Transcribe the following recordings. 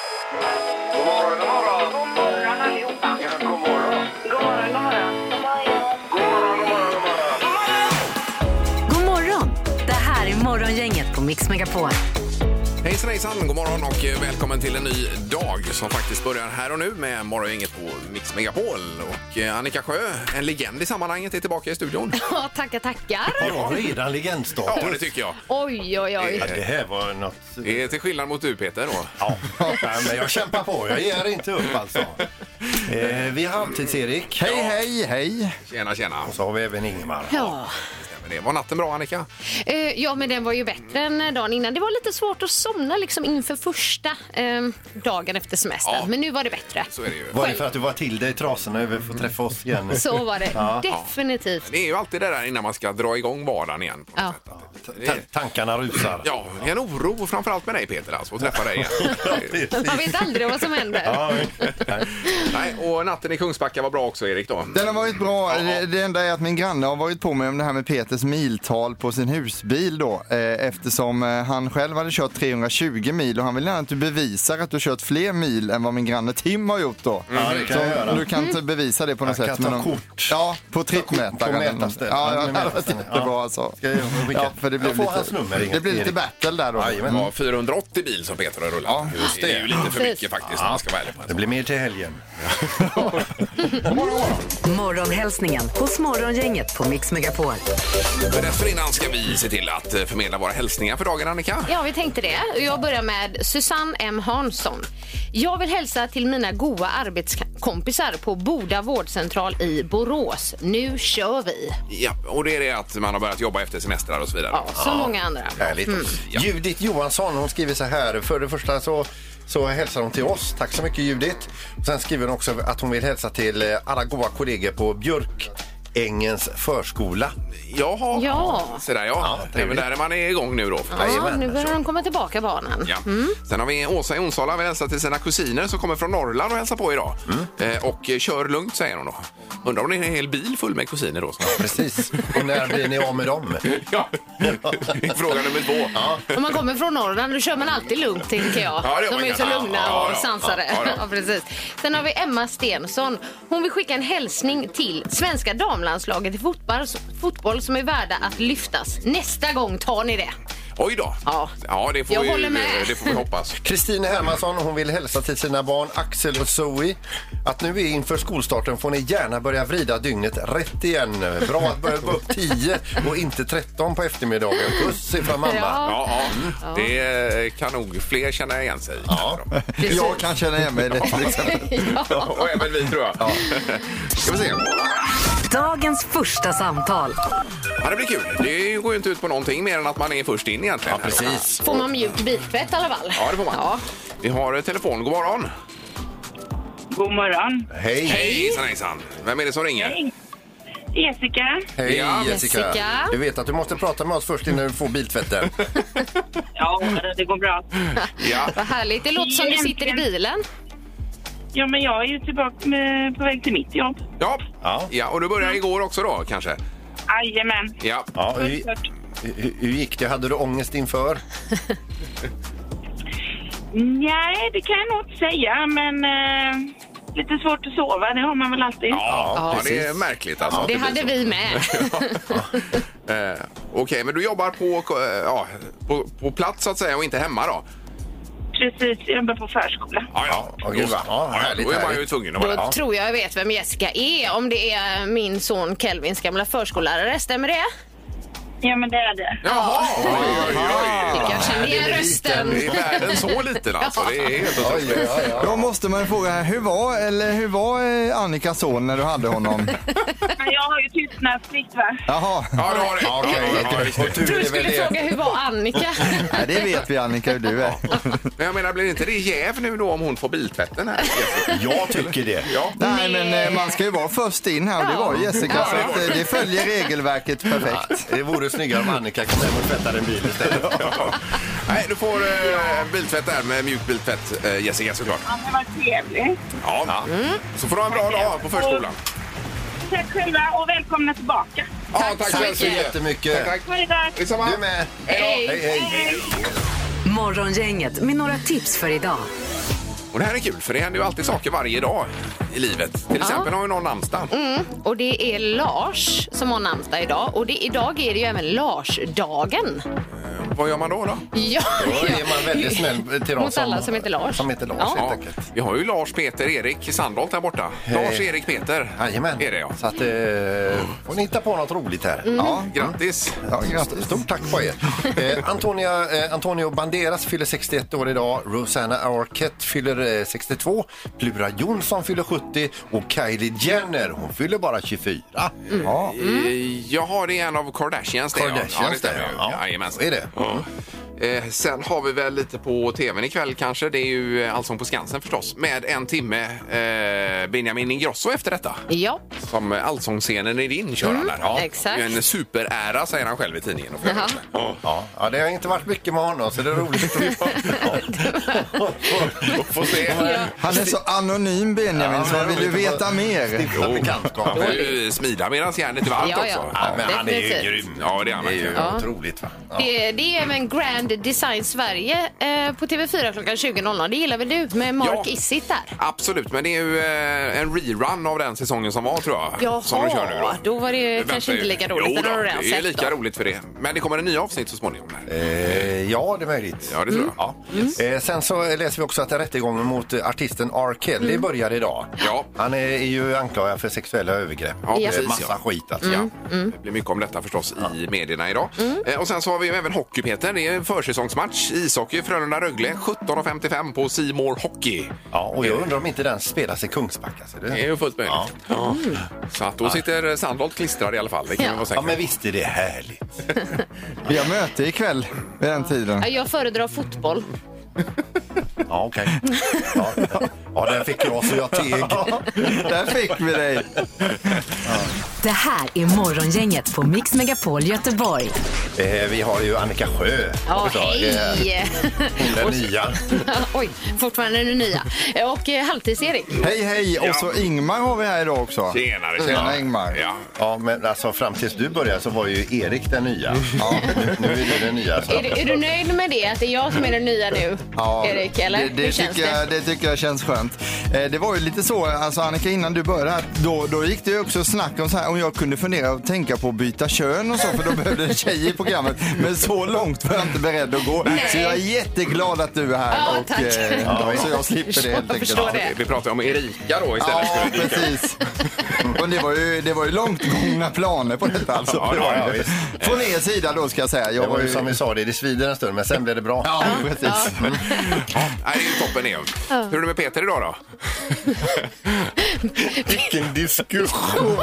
God morgon, god morgon. God morgon allihopa. Ja, god morgon. God morgon, god morgon. God morgon, god morgon, god morgon. God morgon! Det här är Morgongänget på Mix Megapol. Hejsan hejsan, god morgon och eh, välkommen till en ny dag som faktiskt börjar här och nu med morgongänget på Mix Megapol. Och eh, Annika Sjö, en legend i sammanhanget, är tillbaka i studion. Ja, tackar, tackar. Det var redan legendstatus. Ja, det tycker jag. Oj, oj, oj. Ja, det här var något... Det är till skillnad mot du Peter då. Ja, men jag kämpar på. Jag ger inte upp alltså. Eh, vi har Halvtids-Erik. Hej, hej, hej. Tjena tjena. Och så har vi även Ingemar. Ja. Men det var natten bra Annika? Eh, ja, men den var ju bättre än dagen innan. Det var lite svårt att somna liksom inför första eh, dagen efter semestern, Ja. men nu var det bättre. Så är det ju. Var det för att du var till dig i trasorna över för att träffa oss igen? Så var det Ja. definitivt. Det är ju alltid det där innan man ska dra igång vardagen igen. På något Ja. sätt. Ta- tankarna rusar. Ja, en oro framförallt med dig Peter alltså, att träffa dig igen. Man vet aldrig vad som händer. Ja, nej. Nej, och natten i Kungsbacka var bra också Erik då. Den har varit bra. Det- Det enda är att min granne har varit på mig om det här med Peters miltal på sin husbil då. eh, Eftersom eh, han själv hade kört 320 mil och han vill gärna att du bevisar att du har kört fler mil än vad min granne Tim har gjort då. Ja, Mm, det kan Så jag göra. Du kan inte bevisa det på något Jag sätt. kan ta men om- kort. Ja, på På trippmätaren. eller något. mätarstället. Ja, ja, det Med hade varit mätarstället. jättebra Ja. alltså. Ska jag skicka? Ja, för det blir Jag får hans nummer, lite, Erik. det blir lite battle där då. Mm. Jajamän. Ja, 480 bil som Peter har rullat. Ja, det. är ju lite för mycket Precis. faktiskt om man ska vara ärlig på en Det sak. blir mer till helgen. Morgonhälsningen hos Morgongänget på Mix Megapol. Men dessförinnan ska vi se till att eh, förmedla våra hälsningar för dagen, Annika. Ja, vi tänkte det. Jag börjar med Susanne M Hansson. Jag vill hälsa till mina goa arbetskompisar på Boda vårdcentral i Borås. Nu kör vi! Ja, och det är det att man har börjat jobba efter semestrar och så vidare. Ja, som många andra. Härligt. Judith Mm. Johansson hon skriver så här. För det första så, så hälsar hon till oss. Tack så mycket Judith. Och Sen skriver hon också att hon vill hälsa till eh, alla goda kollegor på Björkängens förskola. Jaha, Ja. så där ja. Ja, Även trevligt. där är man igång nu då. Ja, Mm. Jajamän, nu börjar så. de komma tillbaka barnen. Ja. Sen har vi Åsa i Onsala vill hälsa till sina kusiner som kommer från Norrland och hälsar på idag. Eh, och eh, kör lugnt säger hon då. Undrar om det är en hel bil full med kusiner då. Precis. Och när blir ni av med dem? ja, fråga nummer två. Ja. Om man kommer från Norrland då kör man alltid lugnt tänker jag. Ja, det gör De man är ju så gärna. lugna Ja, ja, ja. och sansade. Ja, Ja, ja. precis. Sen har vi Emma Stensson. Hon vill skicka en hälsning till svenska damlandslaget i fotboll, fotboll som är värda att lyftas. Nästa gång tar ni det. Oj då. Ja. ja det, får Jag vi, håller med. det får vi hoppas. Kristine Hermansson hon vill hälsa till sina barn Axel och Zoe att nu är inför skolstarten får ni gärna börja vrida dygnet rätt igen. Bra att börja gå upp 10 och inte 13 på eftermiddagen. Puss ifrån mamma. Ja. Mm. Ja, ja. Det eh, kan nog fler känna igen sig i. Ja. Jag kan känna igen mig i det till exempel. Och även vi tror jag. Ja. Ska vi se. Dagens första samtal. Ja, det blir kul. Det går ju inte ut på någonting mer än att man är först in egentligen. Ja, Precis. Får man mjuk biltvätt i alla fall? Ja, det får man. Vi har eh, telefon. God morgon. God morgon. Hej. Hejsan, hejsan. Vem är det som ringer? Jessica. Hej Ja. Jessica. Jessica. Du vet att du måste prata med oss först innan du får biltvätten. Ja, det går bra. Ja. Vad härligt. Det låter som du sitter i bilen. Ja, men jag är ju tillbaka med, på väg till mitt jobb. Ja. ja. Ja. och du började igår också då kanske? Jajamän. Ja. Ja, hur, hur, hur gick det? Hade du ångest inför? Nej, det kan jag nog inte säga, men eh, lite svårt att sova, det har man väl alltid. Ja, precis. det är märkligt alltså. Det hade vi med. Eh, Okej, men du jobbar på, eh, ja, på, på plats så att säga och inte hemma då? Precis, jag jobbar på förskola. Ja, ja. Ja, gud, va. Ja, härligt, Då är man ju härligt. tvungen att Då vara där. tror jag jag vet vem Jessica är. Om det är min son Kelvins gamla förskollärare. Stämmer det? Ja, men det är det. Jaha! Oj, oj, oj. Tycker jag känner igen Det rösten. är världen så liten alltså. Det är helt otroligt. Oj, ja, ja. Då måste man ju fråga, här, hur var, eller hur var eh, Annikas son när du hade honom? Men jag har ju tystnadsplikt, va? Jaha. Ja, du har det. Ja, okej. Ja, ja, Och visst. tur Du är väl skulle det. fråga hur var Annika? Nej, det vet vi Annika hur du är. Men jag menar, blir inte det jäv nu då om hon får biltvätten här? Jag tycker det. Ja. Nej, men eh, man ska ju vara först in här och det var ju Jessica. Ja. Så att, eh, det följer regelverket perfekt. Det vore snyggare om Annika kom hem och tvättade en bil istället. Nej, du får eh, biltvätt där med mjuk biltvätt, eh, Jessica såklart. Ja, men vad trevligt. Ja. Så får du ha en bra dag på förskolan. Tack själva och välkomna tillbaka. Ja, Tack så hemskt mycket. Jättemycket. Tack, tack. Ha det gott. Detsamma. Du med. Hej då. Hej, hej. Morgongänget med några tips för idag. Och det här är kul för det händer ju alltid saker varje dag i livet. Till exempel har ju någon namnsdag. Mm. Och det är Lars som har namnsdag idag. Och det, idag är det ju även Larsdagen. Vad gör man då? då? Ja, Då är man väldigt snäll till dem Mot alla som heter Lars. Som heter Lars Ja. helt enkelt. vi har ju Lars, Peter, Erik Sandholt här borta. Lars, Erik, Peter. Jajamän. Är det ja. Så att eh, får ni hitta på något roligt här. Mm. Ja, Mm. Grattis! ja grattis. Stort tack på er. Eh, Antonia, eh, Antonio Banderas fyller 61 år idag. Rosanna Arquette fyller eh, 62. Plura Jonsson fyller 70. Och Kylie Jenner, hon fyller bara 24. Ja. Mm. Jaha, det är en av Kardashians det. ja. ja, det Kardashians stämmer ju. ja. Jajamän. Så är det. Eh, sen har vi väl lite på tvn ikväll kanske. Det är ju eh, Allsång på Skansen förstås. Med en timme eh, Benjamin Ingrosso efter detta. Ja, Som eh, allsångsscenen är din, kör han där. exakt. En superära säger han själv i tidningen. Och Jaha. ja. Ja, ja, det har inte varit mycket med honom så det är roligt Och får se. Han är så anonym Benjamin så man vill ju veta mer. att bekantskap. Han får ju eh, smida medan järnet är varmt Ja, ja. också. Ja, men han är ju Definitivt. grym. Ja, det är han Det är ju verkligen. otroligt. Va? Ja. det, det är även Grand Design Sverige eh, på TV4 klockan 20.00. Det gillar väl du med Mark Ja. Isitt där? Absolut, men det är ju eh, en rerun av den säsongen som var tror jag. som de kör nu Jaha, då var det Vänta Eh, kanske inte ju. lika roligt. Jo, Den då, har du det redan är ju sett lika då. roligt för det. Men det kommer en ny avsnitt så småningom. Här. Eh, ja, det är möjligt. Ja, det Mm. tror jag. Eh, sen så läser vi också att rättegången mot eh, artisten R. Kelly Mm. börjar idag. Ja. Han är ju anklagad för sexuella övergrepp. Ja, Det är precis, Massa ja. skit alltså. Mm. Ja. Det blir mycket om detta förstås i medierna idag. Eh, och sen så har vi ju även hockey Peter. Det är en försäsongsmatch. Ishockey Frölunda-Rögle 17.55 på C More Hockey. Ja, och jag undrar om inte den spelas i Kungsbacka. Så Det är det... ju fullt möjligt. Ja. Så att då sitter Sandholt klistrad i alla fall. Det kan Ja. vi vara säkra Ja, på. men visst är det härligt. Vi har möte ikväll vid den tiden. Ja, Jag föredrar fotboll. Ja, okej. Ja, ja. ja, den fick jag så jag teg. Där fick vi dig. Det här är Morgongänget på Mix Megapol Göteborg. Eh, vi har ju Annika Sjö. Ja, också. Eh, hej! Den nya. Oj, fortfarande är det nya. Och eh, Halvtids-Erik. Hej hej! Och så Ingmar har vi här idag också. Tjenare, Tjena Ingmar. Ja. Ja, men alltså fram tills du började så var ju Erik den nya. Ja. Nu, nu är du den nya. Så. Är, du- är du nöjd med det? Att det är jag som är den nya nu, Erik? Eller? Det, det, Hur känns tycker Jag, det tycker jag känns skönt. Eh, det var ju lite så, alltså Annika innan du började här, då, då gick det ju också snack om så här, om jag kunde fundera och tänka på att byta kön och så för då behövde en tjej i programmet. Men så långt var jag inte beredd att gå. Så jag är jätteglad att du är här Ja, och tack. ja, så jag slipper det helt Jag enkelt. förstår det. Vi pratar om Erika då istället. Ja, för Erika. precis. Och det var ju, det var ju långt gångna planer på detta alltså. Ja, det var det, visst. Från er sida då ska jag säga. Jag Det var ju som vi sa, det, det svider en stund men sen blev det bra. Ja, precis. Ja, nej, det är ju toppen igen. Hur är det med Peter idag då? Vilken diskussion!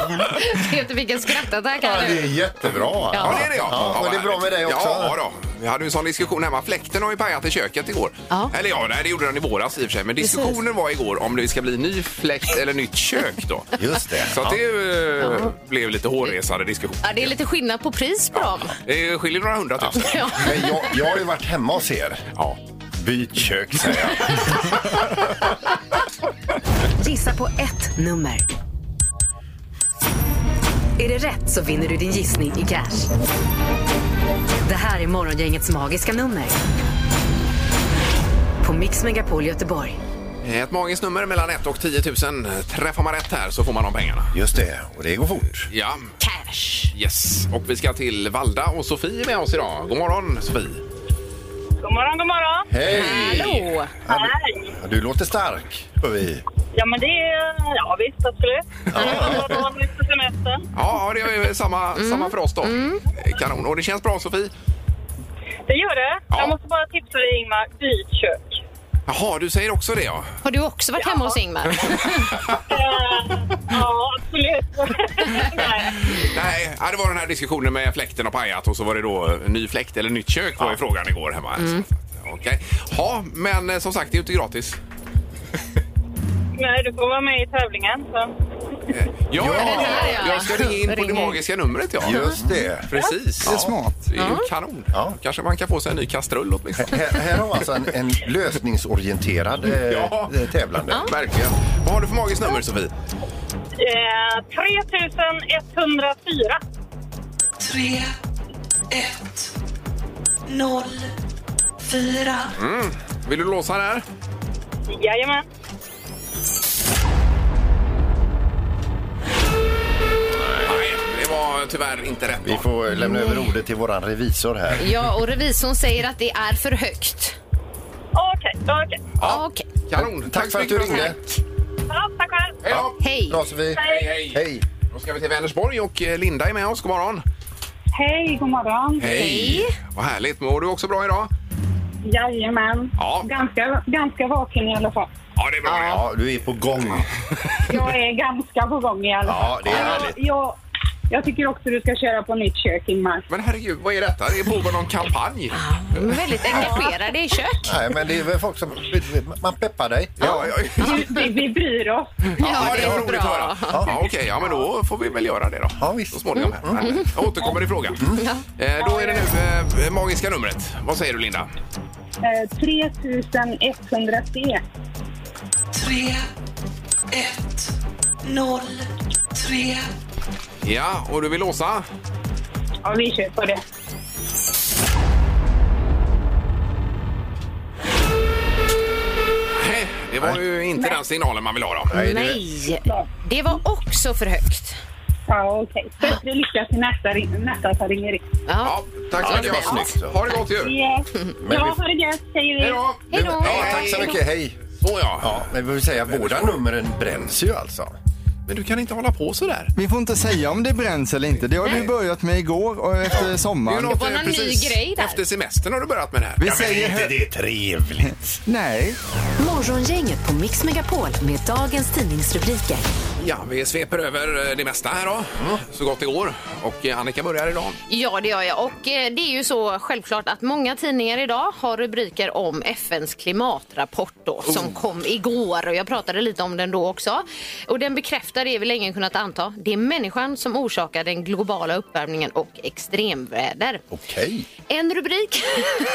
Peter fick en skrattattack Ja, här det är nu. jättebra. Ja, det är det ja. Ja, och det är bra med dig också. Ja, då. Vi hade ju en sån diskussion hemma. Fläkten har ju pajat i köket igår. Ja. Eller ja, nej, det gjorde den i våras i och för sig. Men Precis. diskussionen var igår om det ska bli ny fläkt eller nytt kök då. Just det. Så att det eh, blev lite hårresande diskussion. Ja, det är lite skillnad på pris på dem. Det skiljer några hundratusen. Ja. Men jag, jag har ju varit hemma hos er. Ja. Byt kök, säger jag. Gissa på ett nummer. Är det rätt så vinner du din gissning i cash. Det här är Morgongängets magiska nummer. På Mix Megapol Göteborg. Ett magiskt nummer mellan 1 och 10 000. Träffar man rätt här så får man de pengarna. Just det, och det går fort. Ja, Cash. yes. Och vi ska till Valda och Sofie är med oss idag. God morgon Sofie. God morgon, god morgon. Hej! Hallå! Ja, Hej. du, du låter stark, hör vi. Ja, men det är... Ja, visst, absolut. Ja. Då har vi lite semester. Ja, det är ju samma, Mm. samma för oss då. Kanon. Och det känns bra Sofie? Det gör det. Ja. Jag måste bara tipsa dig, Ingmar. Byt kök. Jaha, du säger också det ja. Har du också varit hemma hos Ingmar? Eh, ja, absolut. Nej. Nej, ja, det var den här diskussionen med fläkten och pajat och så var det då eh, ny fläkt eller nytt kök var ju frågan igår hemma. Så att, eh, Okej. Ja, men eh, som sagt, det är ju inte gratis. Nej, du får vara med i tävlingen. Så. Ja, den här, ja. jag ska ringa in på det Ringer. magiska numret ja. Just det. Precis. Det är smart. Det är ju kanon. Ja. Kanske man kan få sig en ny kastrull åtminstone. Här, här har vi alltså en, en lösningsorienterad eh, Ja. eh, tävlande. Verkligen. Vad har du för magiskt nummer Sofie? Eh, 3104. Tre, ett, noll, fyra. Vill du låsa den här? Jajamän. Nej, det var tyvärr inte rätt. Vi får lämna över ordet till våran revisor här. Ja, och revisorn säger att det är för högt. Okej, okej. Ja. Okej. Kanon. Tack för att du så mycket. ringde. Ja, tack själv. Hej då. Hej. Bra Sofie. Hej, hej. Hej. Då ska vi till Vänersborg och eh, Linda är med oss. God morgon. Hej, god morgon. Hej. Vad härligt. Mår du också bra idag? Jajamän. Ja. Ganska, ganska vaken i alla fall. Ja, det är bra. Ja, du är på gång. Jag är ganska på gång i alla fall. Ja, det är härligt. Jag, jag tycker också du ska köra på nytt kök, Ingmar. Men herregud, vad är detta? Det är pågår någon kampanj. De är väldigt engagerade i kök. Nej, men det är väl folk som... Man peppar dig. Ja, ja, ja, Vi, vi bryr oss. Ja, det är roligt bra. att höra. Ja, Okej, ja, men då får vi väl göra det då. Ja, visst. Så småningom. här. Härligt. Jag återkommer i frågan. Eh, då är det nu eh, magiska numret. Vad säger du, Linda? Eh, 3103. 3, 1, 0, 3, Ja, och du vill låsa? Ja, vi kör på det. Nej, det var ju inte den signalen man vill ha då. Nej, det var också för högt. Ja, okej. Bättre lycka till nästa, ring- nästa som ringer in. Ja, Ja. tack så Ja, det mycket. var snyggt. Ha det gott ju. Ja, vi- ja ha det gött, säger vi. Hej då. Hej då. Ja, tack så mycket. Hej. Så ja. Ja, men vi vill säga båda numren bränns ju alltså. Men du kan inte hålla på så där. Vi får inte säga om det bränns eller inte. Det har du börjat med igår och efter sommaren. var eh, någon ny precis grej där. Efter semestern har du börjat med det här. Vi säger hö- det är trevligt. Nej. Morgongänget på Mix Megapol med dagens tidningsrubriker. Ja, Mm. vi sveper över eh, det mesta här då. Så gott det går. Och eh, Annika börjar idag. Ja, det gör jag. Och eh, det är ju så självklart att många tidningar idag har rubriker om FNs klimatrapport då, Oh. som kom igår. Och jag pratade lite om den då också. Och den bekräftar det vi länge kunnat anta. Det är människan som orsakar den globala uppvärmningen och extremväder. Okej. En rubrik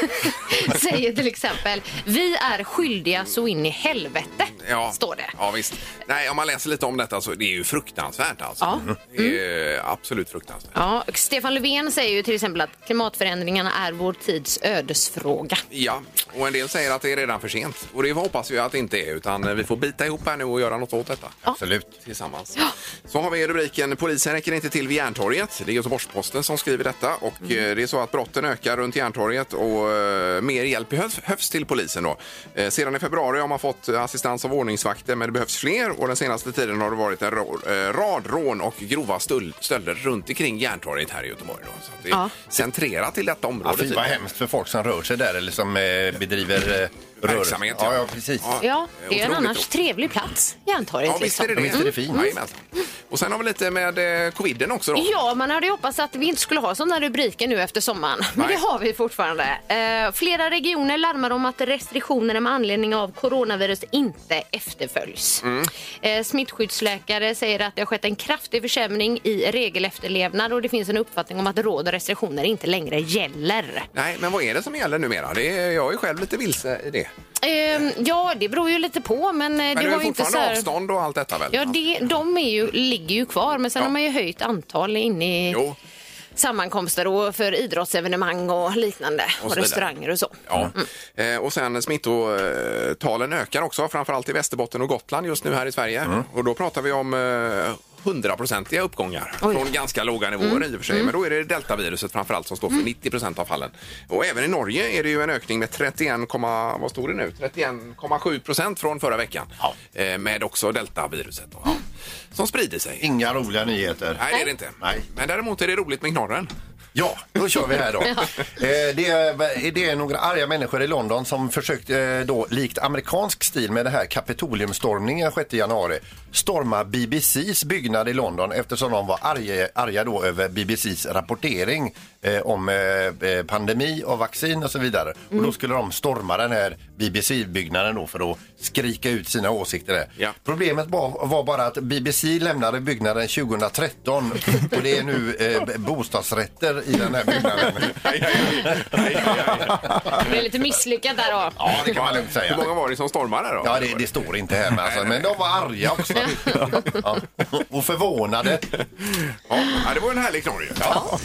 säger till exempel Vi är skyldiga så in i helvete, står det. Ja, visst. Nej, om man läser lite om detta så det är ju fruktansvärt alltså. Ja. Mm. Det är eh, absolut fruktansvärt. Ja, och Stefan Löfven säger ju till exempel att klimatförändringarna är vår tids ödesfråga. Ja, och en del säger att det är redan för sent. Och det hoppas vi att det inte är, utan vi får bita ihop här nu och göra något åt detta. Absolut. Tillsammans. Så har vi rubriken Polisen räcker inte till vid Järntorget. Det är Göteborgs-Posten som skriver detta. Och eh, Det är så att brotten ökar runt Järntorget och eh, mer hjälp behövs- behövs till polisen. Då. Eh, sedan i februari har man fått assistans av ordningsvakter men det behövs fler. Och Den senaste tiden har det varit en ra- eh, rad rån och grova stöld- stölder runt omkring Järntorget här i Göteborg. Då. Så att det är Ja. centrerat till detta område. typ. Ja, fy vad tydligen. hemskt för folk som rör sig där eller som eh, bedriver eh, rörelse. Verksamhet, ja. Ja, ja, precis. Ja, det är en Otroligt annars roligt. trevlig plats, Järntorget. liksom. Ja, visst är det det. Ja, visst är det fint. Mm. Jajamensan. Och sen har vi lite med eh, coviden också. Då. Ja, man hade ju hoppats att vi inte skulle ha sådana rubriker nu efter sommaren. Men Nej. det har vi fortfarande. Eh, flera regioner larmar om att restriktionerna med anledning av coronavirus inte efterföljs. Mm. Eh, smittskyddsläkare säger att det har skett en kraftig försämring i regelefterlevnad och det finns en uppfattning om att råd och restriktioner inte längre gäller. Nej, men vad är det som gäller numera? Det är, jag är själv lite vilse i det. Ehm, ja, det beror ju lite på, men, eh, Men det det är var ju inte så fortfarande här... avstånd och allt detta väl? Ja, det, de är ju, ligger ju kvar, men sen Ja. har man ju höjt antal inne i Jo. sammankomster och för idrottsevenemang och liknande och, vidare. restauranger och så. Ja. Eh, och sen smittotalen ökar också, framförallt i Västerbotten och Gotland just nu här i Sverige. Och då pratar vi om eh, hundraprocentiga uppgångar Oj. från ganska låga nivåer i och för sig. Men då är det deltaviruset framförallt som står för 90 procent av fallen. Och även i Norge är det ju en ökning med 31, komma- vad stod det nu? 31,7 procent från förra veckan. Eh, med också deltaviruset då, ja. som sprider sig. Inga roliga nyheter. Nej, det är det inte. Nej. Men däremot är det roligt med knorren. Ja, då kör vi här då. Eh, det, är, det är några arga människor i London som försökt eh, då likt amerikansk stil med det här kapitoliumstormningen 6 januari storma BBCs byggnad i London eftersom de var arga, arga då över BBCs rapportering eh, om eh, eh, pandemi och vaccin och så vidare. Och då skulle de storma den här BBC-byggnaden då för att skrika ut sina åsikter där. Ja. Problemet var, var bara att BBC lämnade byggnaden 2013 och det är nu eh, b- bostadsrätter i den här byggnaden. Det är lite misslyckat där. då. Ja, det kan man lugnt säga. Hur många var det som stormade där då? Ja, det, det står inte här, men, alltså, men de var arga också. Ja. Och förvånade. Ja, ja, det var en härlig knorr ju. Ja.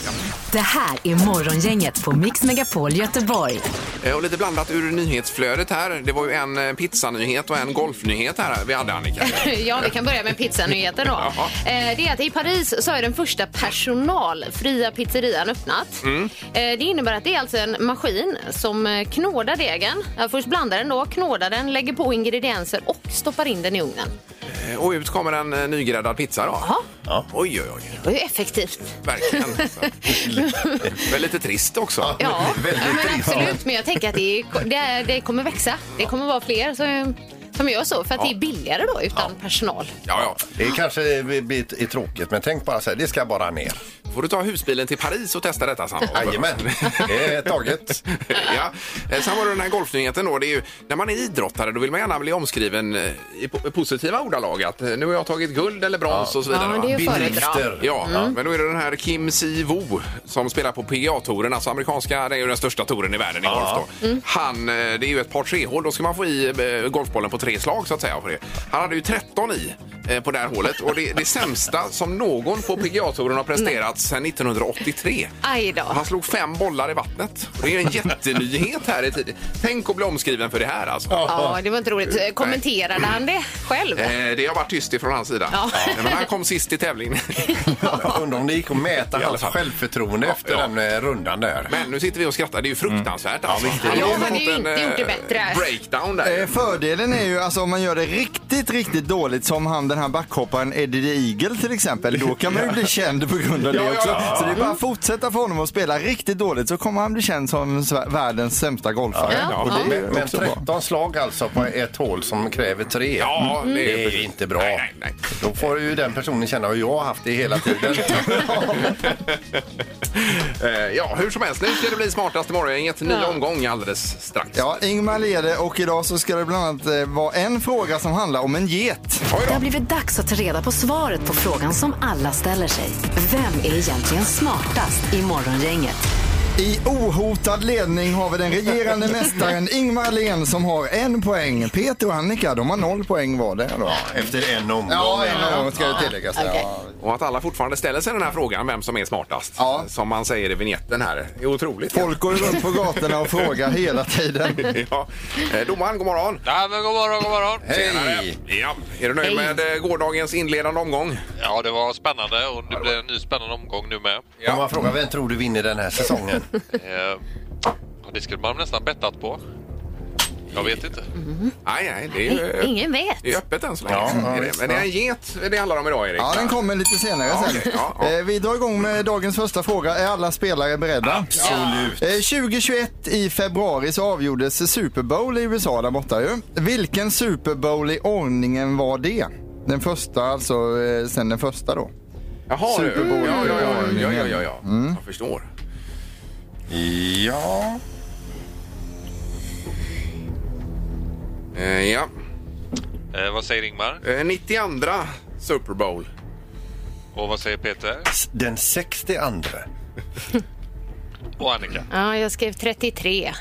Det här är Morgongänget på Mix Megapol Göteborg. Eh, Och lite blandat ur nyhetsflödet här. Det var ju en eh, pizzanyhet och en golfnyhet här vi hade Annika. Ja, vi kan börja med pizzanyheten då. Jaha. Eh, Det är att i Paris så är den första personalfria pizzerian öppnat. Mm. Eh, Det innebär att det är alltså en maskin som eh, knådar degen. Ja, Först blandar den då, knådar den, lägger på ingredienser och stoppar in den i ugnen. Eh, Och ut kommer en eh, nygräddad pizza då. Jaha. Oj, oj, oj. Det var ju effektivt. Verkligen. Men alltså. lite trist också. Ja, Väldigt ja men trist. absolut. Men jag tänker att det, är- det, är- det kommer växa. Det kommer vara fler som, som gör så. För att det är billigare då utan personal. Ja, ja. Det kanske blir är tråkigt, men tänk bara så här, det ska bara ner. får du ta husbilen till Paris och testa detta sen. då. Jajamän, det är taget. ja. Eh, Sen var det den här golfnyheten då. Det är ju, när man är idrottare då vill man gärna bli omskriven eh, i po- positiva ordalag. Att eh, nu har jag tagit guld eller brons och så vidare. Ja, men va? det är ju föredrag. Bedrifter. Ja, Mm. men då är det den här Kim Si-Woo som spelar på PGA-touren, alltså amerikanska, det är ju den största touren i världen i golf då. Mm. Han, eh, det är ju ett par tre-hål, då ska man få i eh, golfbollen på tre slag så att säga. På det. Han hade ju 13 i eh, på det här hålet och det, det sämsta som någon på PGA-touren har presterat sedan 1983. Aj då. Han slog fem bollar i vattnet. Och Det är ju en jättenyhet här i tid. Tänk att bli omskriven för det här alltså. Ja, det var inte roligt. Kommenterade han det själv? Eh, Det har varit tyst ifrån hans sida. Ja. Men han kom sist i tävlingen. Jag undrar om det gick att mäta alla hans fall. självförtroende Ja, efter ja. den eh, rundan där. Men nu sitter vi och skrattar. Det är ju fruktansvärt. Alltså. är det. har Ja, men fått det är ju en, inte gjort det eh, bättre. Breakdown Eh, där. Fördelen är ju alltså om man gör det riktigt, riktigt dåligt som han den här backhopparen Eddie the Eagle till exempel. Då kan man ju bli känd på grund av Ja, det ja, också. ja. Så det är bara att fortsätta för honom att spela riktigt dåligt så kommer han bli känd som sv- världens sämsta golfare. Ja. Och det är ju Men också bra. 13 slag alltså på ett hål som kräver tre. Mm. Ja, Det är ju inte bra. Nej, nej, nej. Då får ju den personen känna hur jag har haft det hela tiden. Eh, ja, hur som helst, nu ska det bli smartaste morgongänget. Ny omgång alldeles strax. Ja, Ingmar leder och idag så ska det bland annat eh, vara en fråga som handlar om en get. Oj Det har då. blivit dags att ta reda på svaret på frågan som alla ställer sig. Vem är egentligen smartast i Morgongänget? I ohotad ledning har vi den regerande mästaren Ingmar Len som har en poäng. Peter och Annika, de har noll poäng var det då. Efter en omgång. Ja, en gång ska det tilläggas. där, Okej. ja. Och att alla fortfarande ställer sig den här frågan, vem som är smartast, Ja. som man säger i vignetten här, är otroligt. Folk går runt på gatorna och frågar hela tiden. ja. Eh, Domaren, god morgon. Ja, men god morgon, god morgon. Hej! Ja. Är du nöjd Hej. med eh, gårdagens inledande omgång? Ja, det var spännande och det blir en ny spännande omgång nu med. Om man frågar vem tror du vinner den här säsongen? Eh, ja, det skulle man nästan bettat på. Jag vet inte. Nej, nej, det är ju eh, Ingen vet. det är öppet än så länge. Ja, ja, är det. visst, Men det är en get det handlar om idag, Erik. Ja, den kommer lite senare Ja, sen. okej, ja, ja. Eh, Vi drar igång med dagens första fråga. Är alla spelare beredda? Absolut. Eh, 2021 i februari så avgjordes Super Bowl i USA där borta ju. Vilken Super Bowl i ordningen var det? Den första alltså, eh, sen den första då. Jaha, du. Super Bowl. Ja, ja, ja. ja, ja, ja, ja. Jag förstår. Ja. Eh, ja. Eh, vad säger Ingmar? Eh, 92 Super Bowl. Och vad säger Peter? S- Den 62. Och Annika? Ja, jag skrev 33.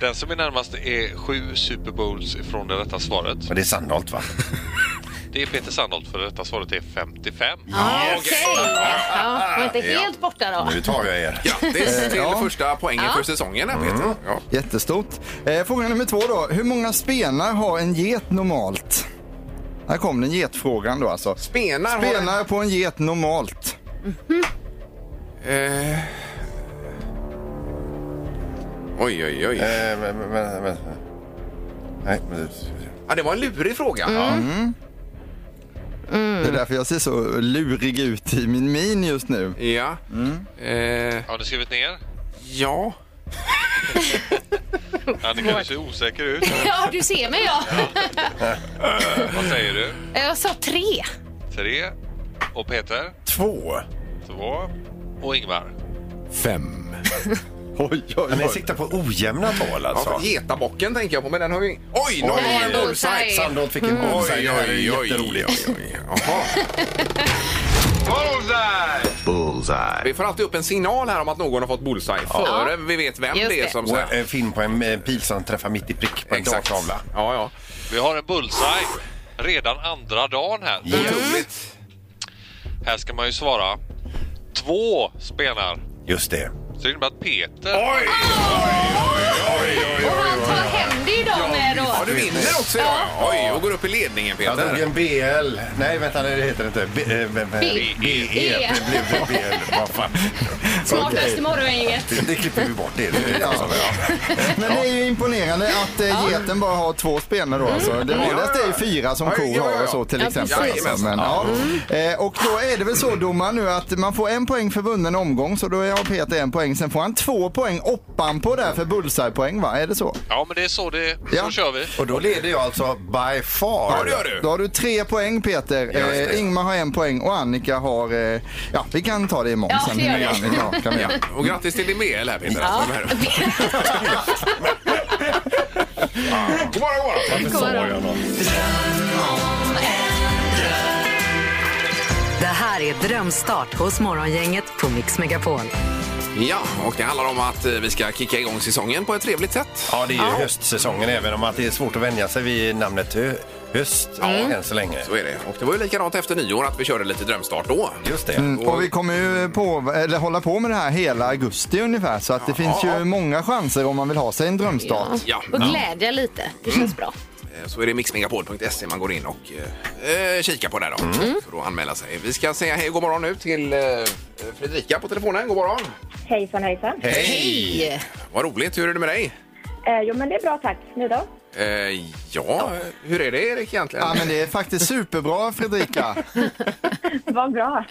Den som är närmast är sju Super Bowls ifrån det rätta svaret. Och det är Sandholt va? Det är Peter Sandholt för det rätta svaret är 55. Ja, okej. Ja, var inte helt borta då. Nu tar jag er. Grattis till ja. första poängen för säsongen här, Peter. Ja. Jättestort. Eh, Fråga nummer två då. Hur många spenar har en get normalt? Här kom den getfrågan då alltså. Spenar, har- Spenar på en get normalt. Eh. Oj, oj, oj. Eh, men- men- men- men- Nej, men... Ja, det var en lurig fråga. Mm. Det är därför jag ser så lurig ut i min min just nu. Ja. Eh, Har ni skrivit ner? ja. Annika, du ser osäker ut. Ja, du ser mig ja. Vad säger du? Jag sa tre. Tre. Och Peter? Två. Två. Och Ingmar? Fem. Oj, oj, Men jag siktar på ojämna tal Ja, alltså. för getabocken tänker jag på, men den har ju... Oj, noll! Nej, en bullseye. Sandholt fick en bullseye. Oj, Det här är oj, oj. jätteroligt. oj, oj. Jaha. Bullseye! Vi får alltid upp en signal här om att någon har fått bullseye före vi vet vem Just det är det. som... Och en film på en eh, pil som träffar mitt i prick på en Exakt. darttavla. Ja, ja. Vi har en bullseye redan andra dagen här. Otroligt. Här ska man ju svara. Två spenar. Just det. Så det innebär att Peter... Oj! Och han tar hem det idag med då. Ja, du vinner också ja. Oj, och går upp i ledningen Jag Peter. drog en BL. Nej, vänta, nej, det heter inte. B, eh, b, B- BE. E. Det blev det BL. Vad fan. Smartast i Okej. morgongänget. Det- Det klipper vi bort. Det är det. Ja. Men det är ju imponerande att eh, geten bara har två spelare då. Alltså. Det vanligaste är ju fyra som Mm. Ja, ja, kor ja, har ja. och så till Ja, exempel. precis. Mm. Alltså, men, ja. Eh, Och då är det väl så domaren nu att man får en poäng för vunnen omgång så då har Peter en poäng. Sen får han två poäng oppanpå där för bullseye-poäng va? Är det så? Ja, men det är så det... Ja. Så kör vi. Och då leder jag alltså by far. Ja, det gör du. Då har du tre poäng Peter. det. Eh, Ingmar har en poäng och Annika har... eh, Ja, vi kan ta det imorgon Ja, sen. det gör hur många vi. Annika har, kan vi Ja. göra. Och grattis till din BL här Peter. Alltså, Ja. God morgon, god morgon. God morgon. Det här är Drömstart hos Morgongänget på Mix Megapol. Ja, och det handlar om att eh, vi ska kicka igång säsongen på ett trevligt sätt. Ja, det är ju höstsäsongen även om att det är svårt att vänja sig vid namnet hö- höst än så länge. Så är det. Och det var ju likadant efter nyår att vi körde lite drömstart då. Just det. Mm, och vi kommer ju på, eller hålla på med det här hela augusti ungefär så att det finns ju många chanser om man vill ha sig en drömstart. Ja. Och glädja lite. Det känns bra. Eh, Så är det mixmegapol.se man går in och eh, eh, kikar på där då. För att anmäla sig. Vi ska säga hej och god morgon nu till eh, Fredrika på telefonen. God morgon. Hejsan, hejsan. Hej! Hej! Vad roligt. Hur är det med dig? Eh, jo, men det är bra, tack. Ni då? Eh, ja, eh, hur är det Erik egentligen? Ja men det är faktiskt superbra Fredrika. Vad bra.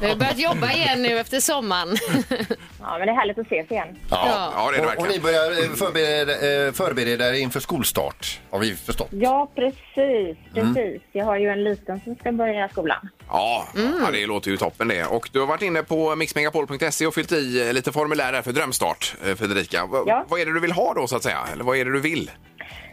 Vi har börjat jobba igen nu efter sommaren. Ja, men det är härligt att ses igen. ja. ja, det är det Och, och ni verkligen. börjar eh, förbereda, eh, förbereda er inför skolstart, har vi förstått. Ja, precis. precis. Jag har ju en liten som ska börja skolan. Ja, ja, det låter ju toppen det. Och du har varit inne på mixmegapol.se och fyllt i eh, lite formulär där för drömstart, eh, Fredrika. Va- Ja. Vad är det du vill ha då så att säga? Eller vad är det du vill?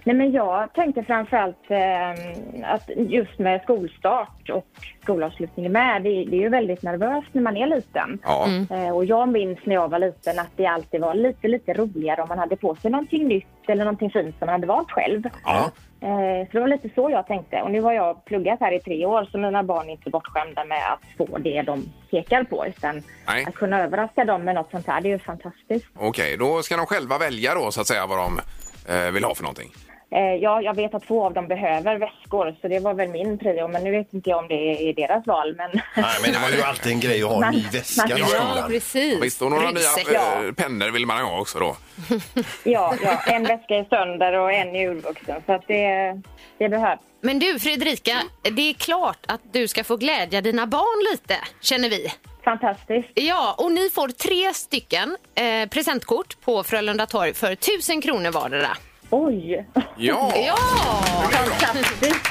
Nej, men jag tänkte framförallt eh, att just med skolstart och skolavslutning med, det, det är ju väldigt nervöst när man är liten. Ja, Mm. Eh, och jag minns när jag var liten att det alltid var lite, lite roligare om man hade på sig någonting nytt eller någonting fint som man hade valt själv. ja. Eh, Så det var lite så jag tänkte. Och nu har jag pluggat här i tre år så mina barn är inte bortskämda med att få det de pekar på. Utan Nej. att kunna överraska dem med något sånt här, det är ju fantastiskt. okej. Då ska de själva välja då så att säga vad de eh, vill ha för någonting. Eh, Ja, jag vet att två av dem behöver väskor så det var väl min prio. Men nu vet inte jag om det är deras val. Men Nej, men det var ju alltid en grej att ha en ny väska i Ja, Ja, skolan. precis. Visst, och några nya Ryggsäck. eh, pennor vill man ha också då. ja, ja en väska är sönder och en är urvuxen. Så att det, det behövs. Men du Fredrika, det är klart att du ska få glädja dina barn lite, känner vi. Fantastiskt. Ja, och ni får tre stycken eh, presentkort på Frölunda torg för 1000 kronor vardera. Oj! Ja! Ja! Fantastiskt.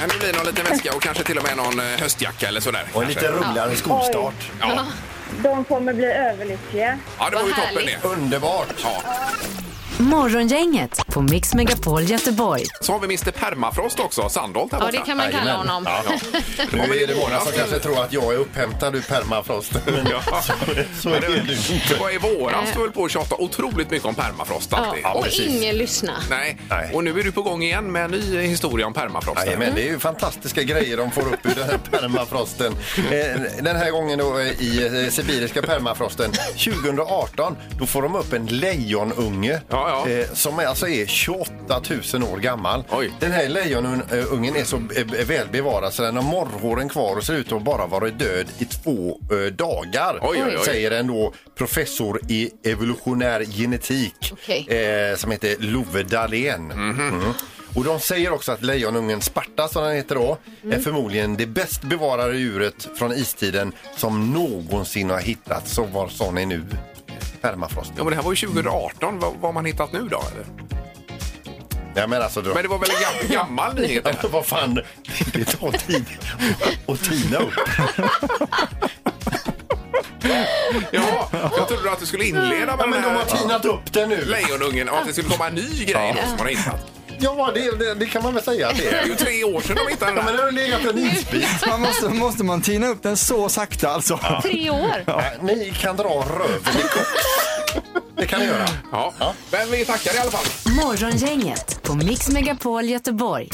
Men det blir någon liten väska och kanske till och med någon eh, höstjacka eller sådär. Och en kanske. lite roligare skolstart. Ja, De kommer bli överlyckliga. ja det var ju Vad toppen det. Underbart! Ja. Morgongänget på Mix Megapol Göteborg. Så har vi Mr Permafrost också, Sandholt här Ja, borta. det kan man kalla Jajamän. honom. Ja. Nu är det många som kanske tror att jag är upphämtad ur permafrost. Men så, så är det ju inte. Vad är våran som höll på att tjata otroligt mycket om permafrost Ja, alltid. och precis. ingen lyssnar. Nej. Nej. och nu är du på gång igen med en ny historia om permafrost. Nej, men det är ju fantastiska grejer de får upp ur den här permafrosten. Eh, Den här gången då eh, i eh, sibiriska permafrosten 2018 då får de upp en lejonunge Ja, ja. eh, som är- alltså är 28 000 år gammal. Oj. Den här lejonungen är så eh, välbevarad så den har morrhåren kvar och ser ut att bara vara död i två eh, dagar. Oj, oj, oj. Säger en då professor i evolutionär genetik Okej. eh, som heter Love Dahlén. Mhm. Mm. Och de säger också att lejonungen Sparta, som den heter då, är förmodligen det bäst bevarade djuret från istiden som någonsin har hittats. Så var sån är nu permafrosten. Ja, men det här var ju 2018. Vad, vad har man hittat nu då? Eller? Ja, men alltså, då... Men det var väl en gam, gammal nyhet? Ja, det här? men vad fan, det tar tid att tina upp. Ja, jag trodde att du skulle inleda med Ja, men den de har här tinat upp den nu. lejonungen och att det skulle komma en ny grej då som man har hittat. Ja, det, det, det kan man väl säga att det Det är är. ju tre år sedan de hittade Ja, men den här. det har legat en isbit. Man måste, måste man tina upp den så sakta alltså? Tre år. Nej, Ni kan dra röven i kors. Det kan ni göra. Ja. Men vi tackar i alla fall. Morgongänget på Mix Megapol Göteborg.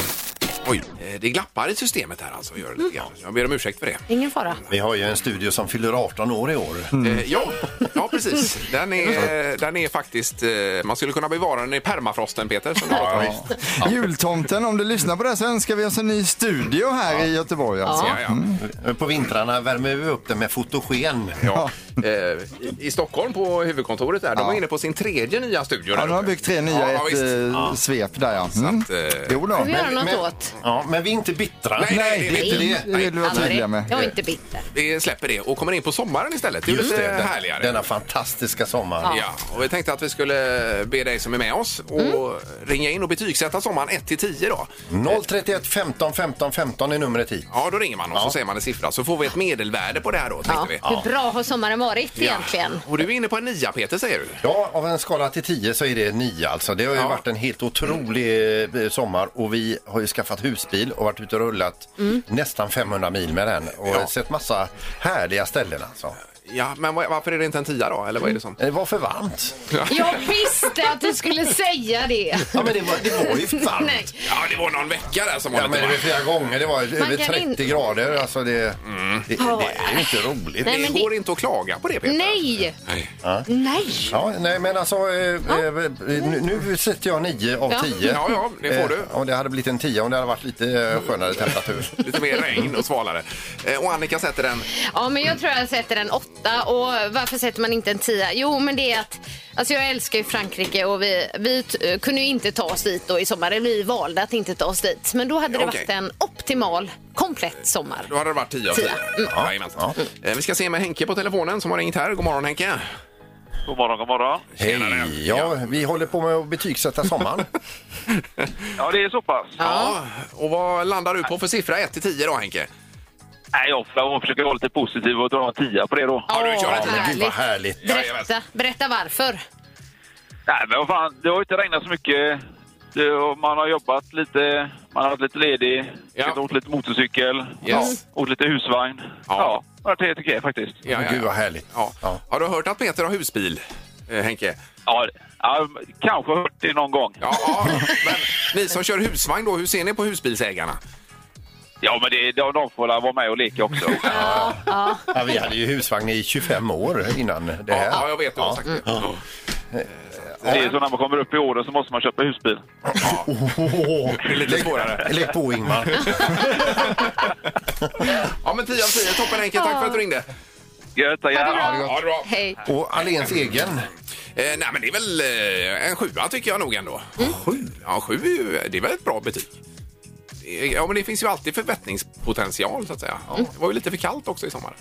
Oj, eh, det glappar i systemet här alltså. Gör det lite Mm. grann. Jag ber om ursäkt för det. Ingen fara. Vi har ju en studio som fyller 18 år i år. Eh, ja, ja, precis. Den är, den är faktiskt... eh, Man skulle kunna bevara den i permafrosten, Peter. Som ja, ja. Jultomten, om du lyssnar på det här så önskar vi oss en ny studio här i Göteborg. Alltså. Ja, ja. Mm. På vintrarna värmer vi upp den med fotogen. Ja. Eh, i- I Stockholm på huvudkontoret där, de var inne på sin tredje nya studio. Ja, där de har uppe. byggt tre nya Ja, i ja, ett visst. eh, svep där ja. Mm. att, eh, Jo då. Får vi göra Men- något men- åt? Ja, men vi är inte bittra. Nej, nej, det är Det, inte Nej. det. det vill du vara Aldrig. tydliga med. Jag är inte bitter. Vi släpper det och kommer in på sommaren istället. Det är lite den- härligare. Denna fantastiska sommar. Ja, och vi tänkte att vi skulle be dig som är med oss och ringa in och betygsätta sommaren 1 till 10 då. 031 15 15 15 är numret hit. Ja, då ringer man och så Ja. säger man en siffra så får vi ett medelvärde på det här då, tänkte Ja. vi. Hur bra har sommaren varit egentligen? Och du är inne på en nia, Peter, säger du? Ja, av en skala till 10 så är det 9 alltså. Det har ju Ja. varit en helt otrolig eh, sommar och vi har ju skaffat husbil och varit ute och rullat Mm. nästan 500 mil med den och Ja. sett massa härliga ställen alltså. Ja, men vad- varför är det inte en tia då? Eller vad är det som... Det var för varmt. Jag visste att du skulle säga det. Ja, men det var, det var ju för varmt. Nej. Ja, det var någon vecka där som var Ja, men lite det var varm. flera gånger. Det var över kan 30 inte- grader. Alltså det, det, det är ju inte roligt. Nej, men Det det- går inte att klaga på det, Peter. Nej! Nej. Nej! Ja, nej, men alltså, eh, eh, nu, nu sätter jag 9 av Ja. 10. Ja, ja, det får du. Eh, om det hade blivit en 10 om det hade varit lite eh, skönare temperatur. Lite mer regn och svalare. Eh, Och Annika sätter den... Ja, men jag tror jag sätter en åtta. Och varför sätter man inte en tia? Jo, men det är att alltså jag älskar ju Frankrike och vi, vi t- eh, kunde ju inte ta oss dit då i sommar. Eller vi valde att inte ta oss dit. Men då hade det Okej. varit en optimal, komplett sommar. Då hade det varit 10 av 10. Tia. Ja, jajamensan. Eh, Vi ska se med Henke på telefonen som har ringt här. God morgon Henke! God morgon, god morgon. Hej! Ja, vi håller på med att betygsätta sommaren. Ja, det är så pass. Ja. Och vad landar du på för siffra 1 till 10 då Henke? Nej, jag får försöka vara lite positiv och dra en tia på det då. Ja, du kör Åh, ett vad litet. Gud, vad härligt. Berätta, berätta varför. Nej, men vad fan, det har ju inte regnat så mycket. Det, och man har jobbat lite, man har varit lite ledig, Ja. åkt lite motorcykel, Yes. ja, åkt lite husvagn. Ja, ja det tycker jag faktiskt. Ja, ja, Gud, vad ja. härligt. Ja. Ja. Har du hört att Peter har husbil, eh, Henke? Ja, det- ja, kanske hört det någon gång. Ja, ja. men ni som kör husvagn då, hur ser ni på husbilsägarna? Ja, men det, de, de får väl vara med och leka också. Ja, vi hade ju husvagn i 25 år innan det Ja, här. ja Mm. jag vet, du har sagt det. Ja. Det är så när man kommer upp i åren så måste man köpa husbil. Åh, Det är lite svårare. Lägg på Ingmar. Ja, men 10 av 10. Toppen Henke, tack för att du ringde. Gött, ja. Ja, det är bra. Hej. Och Alens egen. Eh, nej, men det är väl eh, en sjua tycker jag nog ändå. Sju? Mm. Ja, sju är ju, det är väl ett bra betyg. Det är- Ja, men det finns ju alltid förbättringspotential så att säga. Ja, det var ju lite för kallt också i sommar.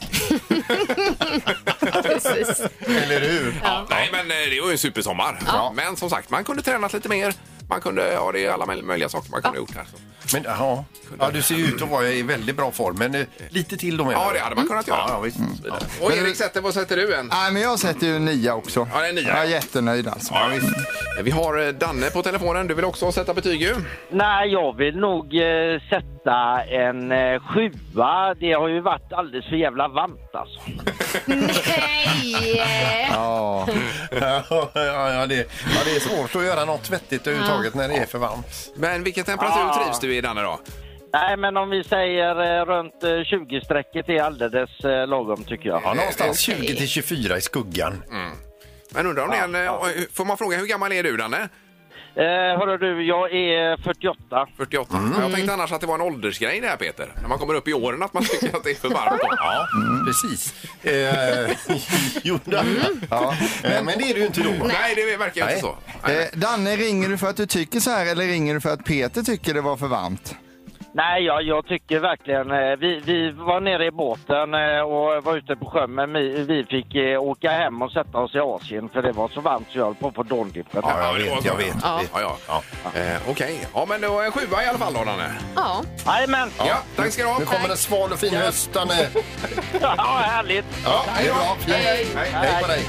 Precis. Eller hur? Ja, nej, men eh, det var ju en supersommar. Men som sagt, man kunde tränat lite mer. Man kunde, ja det är alla möj- möjliga saker man kunde ha gjort här. Så. Men, ja. ja, du ser ju ut att vara i väldigt bra form, men eh, lite till då menar Mm. Ja, du? det hade man kunnat göra. Ja, ja, visst. Ja. Och Erik Sätter, vad sätter du en? Nej, men jag sätter ju nia också. Ja, det är nia. Jag är jättenöjd alltså. Ja, visst. Vi har eh, Danne på telefonen. Du vill också sätta betyg ju. Nej, jag vill nog eh, sätta en eh, sjua. Det har ju varit alldeles för jävla varmt alltså. Nej! Ja. Ja, ja, det, ja, det är svårt att göra något vettigt överhuvudtaget när det är för varmt. Men vilken temperatur Ah. trivs du i Danne då? Nej, men om vi säger eh, runt eh, 20-strecket är alldeles eh, lagom tycker jag. Ja, någonstans 20 till 24 i skuggan. Men undrar om det är en, Ah. eh, Får man fråga hur gammal är du Danne? Eh, hörru du, jag är 48. 48. Mm. Men jag tänkte annars att det var en åldersgrej det här Peter. När man kommer upp i åren att man tycker att det är för varmt. Ja, Mm. precis. Eh, jo, ja. Eh, Men det är det ju inte då. Nej, det verkar ju inte Nej. så. Eh, Danne, ringer du för att du tycker så här eller ringer du för att Peter tycker det var för varmt? Nej, jag, jag tycker verkligen... eh, Vi, vi var nere i båten eh, och var ute på sjön men vi, vi fick eh, åka hem och sätta oss i Asien för det var så varmt så jag höll på att få dåndippen. Ja, jag Ja, det var vet, så. jag vet. Ja. Ja, ja. Eh, Okej. Ja, men det var en sjua i alla fall då Danne. Ja. Jajamän! Ja, tack ska du ha. Nu kommer en sval och fin höst, Danne. Ja, härligt! Ja, det är bra. Hej, hej. Hej på dig.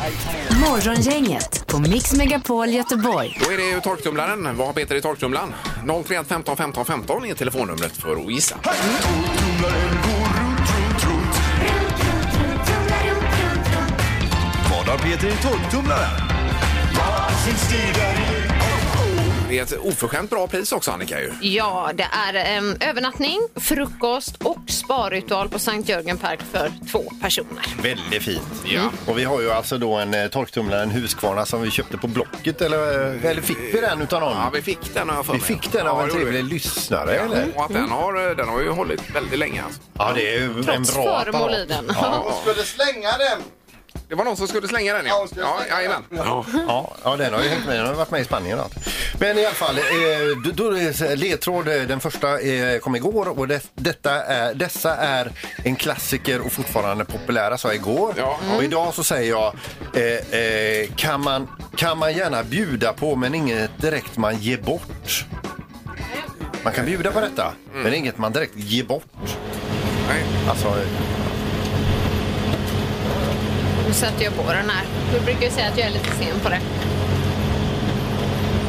Morgongänget på Mix Megapol Göteborg. Då är det ju torktumlaren. Vad har Peter i torktumlaren? 031 15 15 15 är telefonnumret för att gissa. Vad har Peter i torktumlaren? Det är ett oförskämt bra pris också Annika ju. Ja, det är em, övernattning, frukost och sparritual på Sankt Jörgen Park för två personer. Väldigt fint. Och vi har ju alltså då en eh, torktumlare, en Husqvarna som vi köpte på Blocket. Eller, eh, eller fick vi den utan någon? Ja, vi fick den har jag för vi mig. fick den av Ja, en det gjorde trevlig vi. lyssnare, Ja, eller? och att den har, den har ju hållit väldigt länge alltså. Ja, det är ju en Trots bra föremål i apparat. den. Hon skulle slänga den. Det var någon som skulle slänga den Ja, ja. hon skulle Ja, slänga jajamän. Ja, ja, den har ju hängt med. Den har ju varit med i Spanien och allt. Men i alla fall, eh, då- då är det så här, ledtråd. eh, Den första eh, kom igår och det, detta är, dessa är en klassiker och fortfarande populära, sa jag igår. Ja. Och idag så säger jag, eh, eh, kan, man, kan man gärna bjuda på men inget direkt man ger bort. Man kan bjuda på detta, Mm. men inget man direkt ger bort. Nej. Alltså, eh, Nu satte jag på den här. Du brukar ju säga att jag är lite sen på det.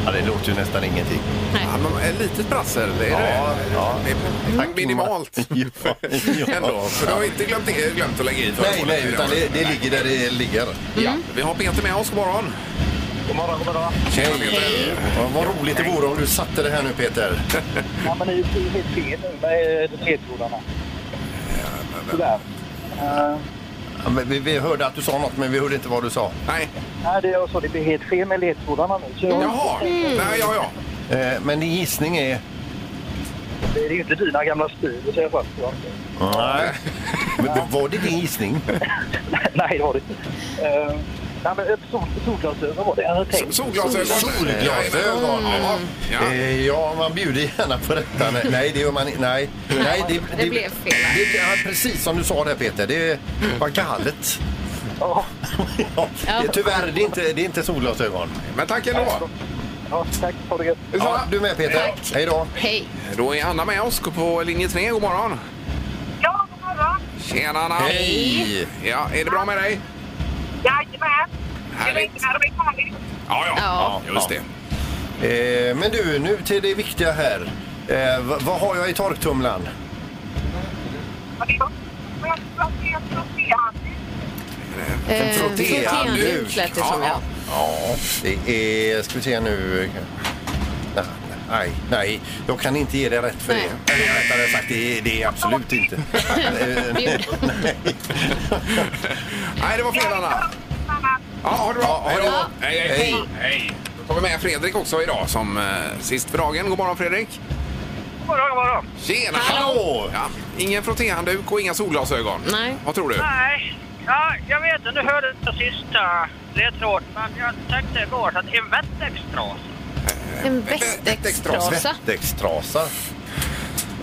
ja, det låter ju nästan ingenting. Nej. Ja, men ett litet prassel, det är Ja, det. ja. det är Tack, minimalt Ja, ja. ändå. För du har inte glömt, glömt att lägga i för Nej, nej, utan det, det ligger där det ligger. Ja. Vi har Peter med oss, god morgon. God morgon, god morgon. Tjena Peter. Ja, vad roligt det vore om du satte det här nu Peter. Ja, men det är ju helt fel nu med ledtrådarna. Tyvärr. Ja, men vi, vi hörde att du sa något men vi hörde inte vad du sa. Nej. Nej, det är så. Det blir helt fel med ledtrådarna nu. Så Jaha. Nej, ja, ja. Eh, men din gissning är? det är ju inte dina gamla spyr, så jag fattar inte. Nej. Men, var det din gissning? Nej, det har det inte. Eh, nej, men ett sol, solglasögon var det jag hade tänkt. Solglasögon. Solglasögon. Ja, ja. Eh, ja, man bjuder gärna på detta. Nej, Nej, det gör man inte. Nej. Nej, det, Det blev fel. Det, ja, precis som du sa där Peter, det var galet. Ja, Ja, det, tyvärr, det är, inte, det är inte solglasögon. Men tack ändå. ja, tack. Ha det gött. Ja, du med Peter. Hej då. Hej. Då är Anna med oss på linje 3. God morgon. Ja, god morgon. Tjena Anna. Hej. Ja, är det bra med dig? Jajamän. Härligt. när det blir vanligt. Ja, ja. Ja. Just det. Eh, men du, nu till det viktiga här. Eh, vad, vad har jag i torktumlaren? Eh, proteanduk. proteanduk lät det som, ja. Ja, det är... Ska vi se nu. Nej, Nej, nej, jag kan inte ge dig rätt för Nej. det. Eller rättare sagt, det är, det är absolut inte. Eh, Bjud. Nej, det var fel Anna. Ja, ha det bra. Ja, ha det bra. Hej, hej. Hej. Hej. Då tar vi med Fredrik också idag som eh, sist för dagen. God morgon Fredrik. God morgon, god morgon. Tjena. Hallå! Ja, ingen frottéhandduk och inga solglasögon. Nej. Vad tror du? Nej, ja, jag vet inte. Du hörde den sista ledtråden, men jag tänkte igår att en vätextras. En Västextrasa. västextrasa. Vätextrasa.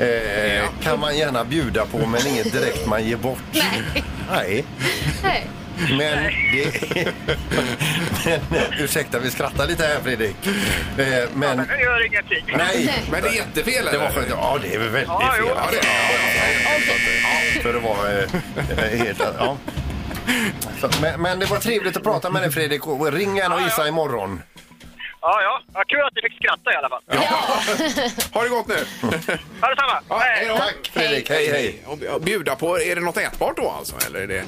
Eh, Kan man gärna bjuda på, men inget direkt man ger bort. Nej. Nej, Nej. men det... men, eh, ursäkta, vi skrattar lite här, Fredrik. Eh, men... Det gör ingenting. Nej, Men det är jättefel. Det var eller? skönt. Ja, det är väl väldigt Ja, fel. jo. Ja, det är Ja, För det var eh, eh, helt... Ja. Så, men, men det var trevligt att prata med dig Fredrik. Och Ring gärna och gissa imorgon. Ja, ja. ja kul att du fick skratta i alla fall. Ja. Har det gått nu? Ha detsamma. Ja, hej då. Tack Fredrik, hej hej. Och Bjuda på, är det något ätbart då alltså? Eller är det...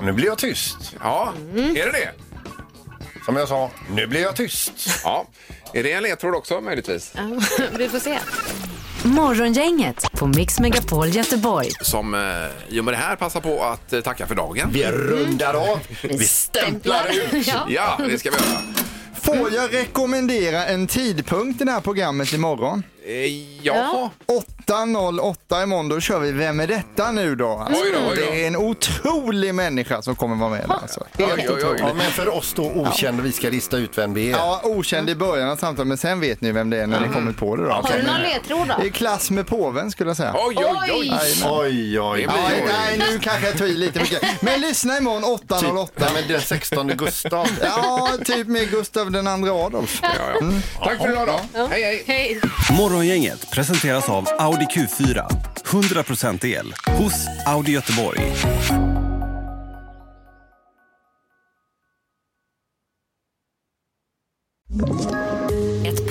Nu blir jag tyst. Ja, är det det? Som jag sa, nu blir jag tyst. Ja. Är det en ledtråd också möjligtvis? Ja, Vi får se. Morgongänget på Mix Megapol Göteborg. Som eh, i och med det här passar på att eh, tacka för dagen. Vi rundar av. Mm. Vi stämplar ut. Ja. Ja, det ska vi göra. Får jag rekommendera en tidpunkt i det här programmet imorgon? Eh, ja. 8.08 imorgon, då kör vi Vem är detta nu då? Alltså, Oj då, oj då. Det är en otrolig människa som kommer vara med där, alltså. Helt Oj, oj, oj. otrolig. Ja, men för oss då okänd, vi ska lista ut vem vi är. Ja, okänd i början av samtalet, men sen vet ni vem det är när ni Mm. kommer på det då. Har du någon ledtråd då? Det är klass med påven skulle jag säga. Oj, oj, oj. Oj. Oj, oj, Ja, oj. nej, nu kanske jag tar i lite mycket. Men lyssna imorgon Typ, 8.08. nej, men den 16 Gustav. Ja, typ med Gustav den andra Adolf. Ja, ja. Tack för idag då. Hej, hej. Hej. Morgongänget presenteras av Audi Q4. 100% el hos Audi Göteborg. Ett